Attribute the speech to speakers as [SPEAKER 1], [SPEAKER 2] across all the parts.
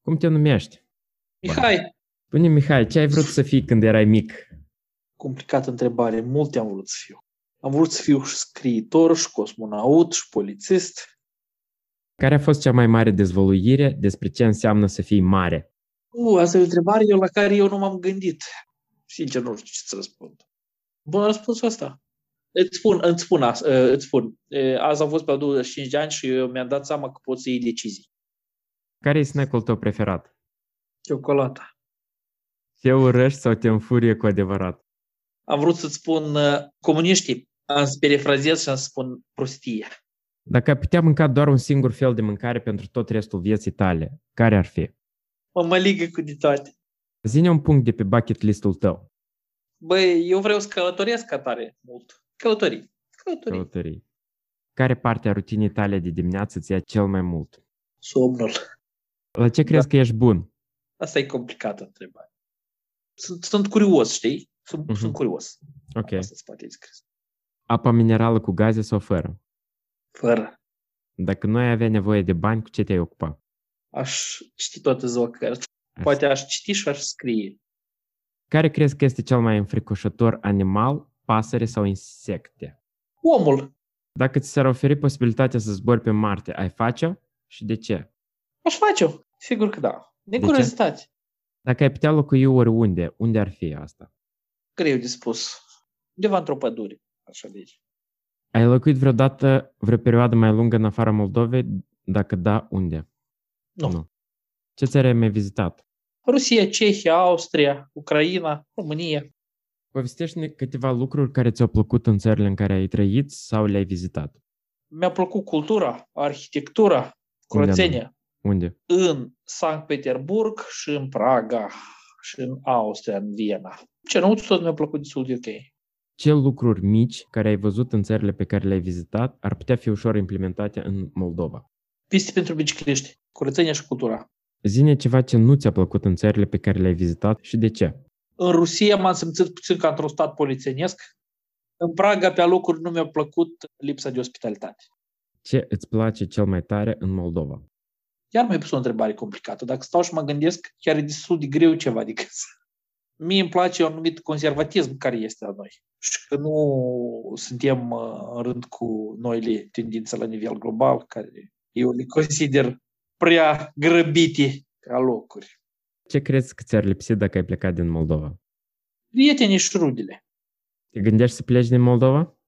[SPEAKER 1] Cum te numești?
[SPEAKER 2] Mihai,
[SPEAKER 1] Spune, Mihai, ce ai vrut să fii când erai mic?
[SPEAKER 2] complicată întrebare, multe am vrut să fiu. Am vrut să fiu și scriitor, și cosmonaut, și polițist.
[SPEAKER 1] Care a fost cea mai mare dezvăluire despre ce înseamnă să fii mare?
[SPEAKER 2] U, asta e o întrebare eu la care eu nu m-am gândit. Sincer, nu știu ce să răspund. Bun, răspunsul asta. Îți spun, îți spun, as- eh, îți spun. Eh, Azi am fost pe la 25 de ani și eu mi-am dat seama că pot să iei decizii.
[SPEAKER 1] Care e snack-ul tău preferat?
[SPEAKER 2] Ciocolata.
[SPEAKER 1] Te urăști sau te înfurie cu adevărat?
[SPEAKER 2] Am vrut să-ți spun eh, comuniștii. Am să perifrazez și am să spun prostie.
[SPEAKER 1] Dacă ai putea mânca doar un singur fel de mâncare pentru tot restul vieții tale, care ar fi?
[SPEAKER 2] Mă, mă ligă cu de toate.
[SPEAKER 1] Zine un punct de pe bucket listul tău.
[SPEAKER 2] Băi, eu vreau să călătoresc ca tare mult. Călătorii. Călătorii.
[SPEAKER 1] Călătorii. Care parte a rutinii tale de dimineață ți ia cel mai mult?
[SPEAKER 2] Somnul.
[SPEAKER 1] La
[SPEAKER 2] Da.
[SPEAKER 1] ce crezi că ești bun?
[SPEAKER 2] Asta e complicată întrebare. Sunt, sunt curios, știi? Sunt,
[SPEAKER 1] Mhm.
[SPEAKER 2] uh-huh. sunt curios.
[SPEAKER 1] Ok.
[SPEAKER 2] Asta se poate scris.
[SPEAKER 1] Apa minerală cu gaze sau fără?
[SPEAKER 2] Fără.
[SPEAKER 1] Dacă nu ai avea nevoie de bani, cu ce te-ai ocupa?
[SPEAKER 2] Aș citi toată ziua cărți. Poate aș citi și aș scrie.
[SPEAKER 1] Care crezi că este cel mai înfricoșător animal, pasăre sau insecte?
[SPEAKER 2] Omul.
[SPEAKER 1] Dacă ți s-ar oferi posibilitatea să zbori pe Marte, ai face și de ce?
[SPEAKER 2] Aș face-o. Sigur că da. De
[SPEAKER 1] ce?
[SPEAKER 2] curiozitate.
[SPEAKER 1] Dacă ai putea locui oriunde, unde ar fi asta?
[SPEAKER 2] Greu de spus. Undeva într-o pădure. Așa deci. de aici.
[SPEAKER 1] Ai locuit vreodată vreo perioadă mai lungă în afara Moldovei? Dacă da, unde?
[SPEAKER 2] Nu.
[SPEAKER 1] Ce țări ai mai vizitat?
[SPEAKER 2] Rusia, Cehia, Austria, Ucraina, România.
[SPEAKER 1] Povestește-ne câteva lucruri care ți-au plăcut în țările în care ai trăit sau le-ai vizitat.
[SPEAKER 2] Mi-a plăcut cultura, arhitectura, curățenia.
[SPEAKER 1] Unde?
[SPEAKER 2] În Sankt Petersburg și în Praga și în Austria, în Viena. Ce nu tot mi-a plăcut destul de ok.
[SPEAKER 1] Ce lucruri mici care ai văzut în țările pe care le-ai vizitat ar putea fi ușor implementate în Moldova?
[SPEAKER 2] Piste pentru bicicliști, curățenia și cultura.
[SPEAKER 1] Zine ceva ce nu ți-a plăcut în țările pe care le-ai vizitat și de ce.
[SPEAKER 2] În Rusia m-am simțit puțin ca într-un stat polițienesc. În Praga, pe locuri, nu mi-a plăcut lipsa de ospitalitate.
[SPEAKER 1] Ce îți place cel mai tare în Moldova?
[SPEAKER 2] Iar mai pus o întrebare complicată. Dacă stau și mă gândesc, chiar e destul de greu ceva de găsit. Mie îmi place un anumit conservatism care este la noi. Și că nu suntem uh, în rând cu noile tendințe la nivel global, care eu le consider prea grăbite ca locuri.
[SPEAKER 1] Ce crezi că ți-ar lipsi dacă ai plecat din Moldova?
[SPEAKER 2] Prietenii și rudele.
[SPEAKER 1] Te gândești să pleci din Moldova?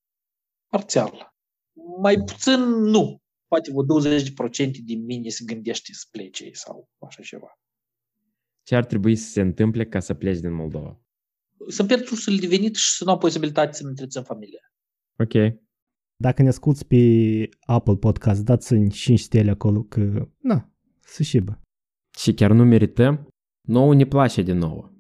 [SPEAKER 2] parțial. Mai puțin nu. Poate vreo 20% din mine se gândește să plece sau așa ceva.
[SPEAKER 1] Ce ar trebui să se întâmple ca să pleci din Moldova?
[SPEAKER 2] Să pierd sursul de venit și să nu am posibilitatea să-mi întrețin familia.
[SPEAKER 1] Ok.
[SPEAKER 3] Dacă ne asculti pe Apple Podcast, dați-mi 5 stele acolo că, na, să șibă.
[SPEAKER 1] Și chiar nu merităm? Nouă ne place din nou.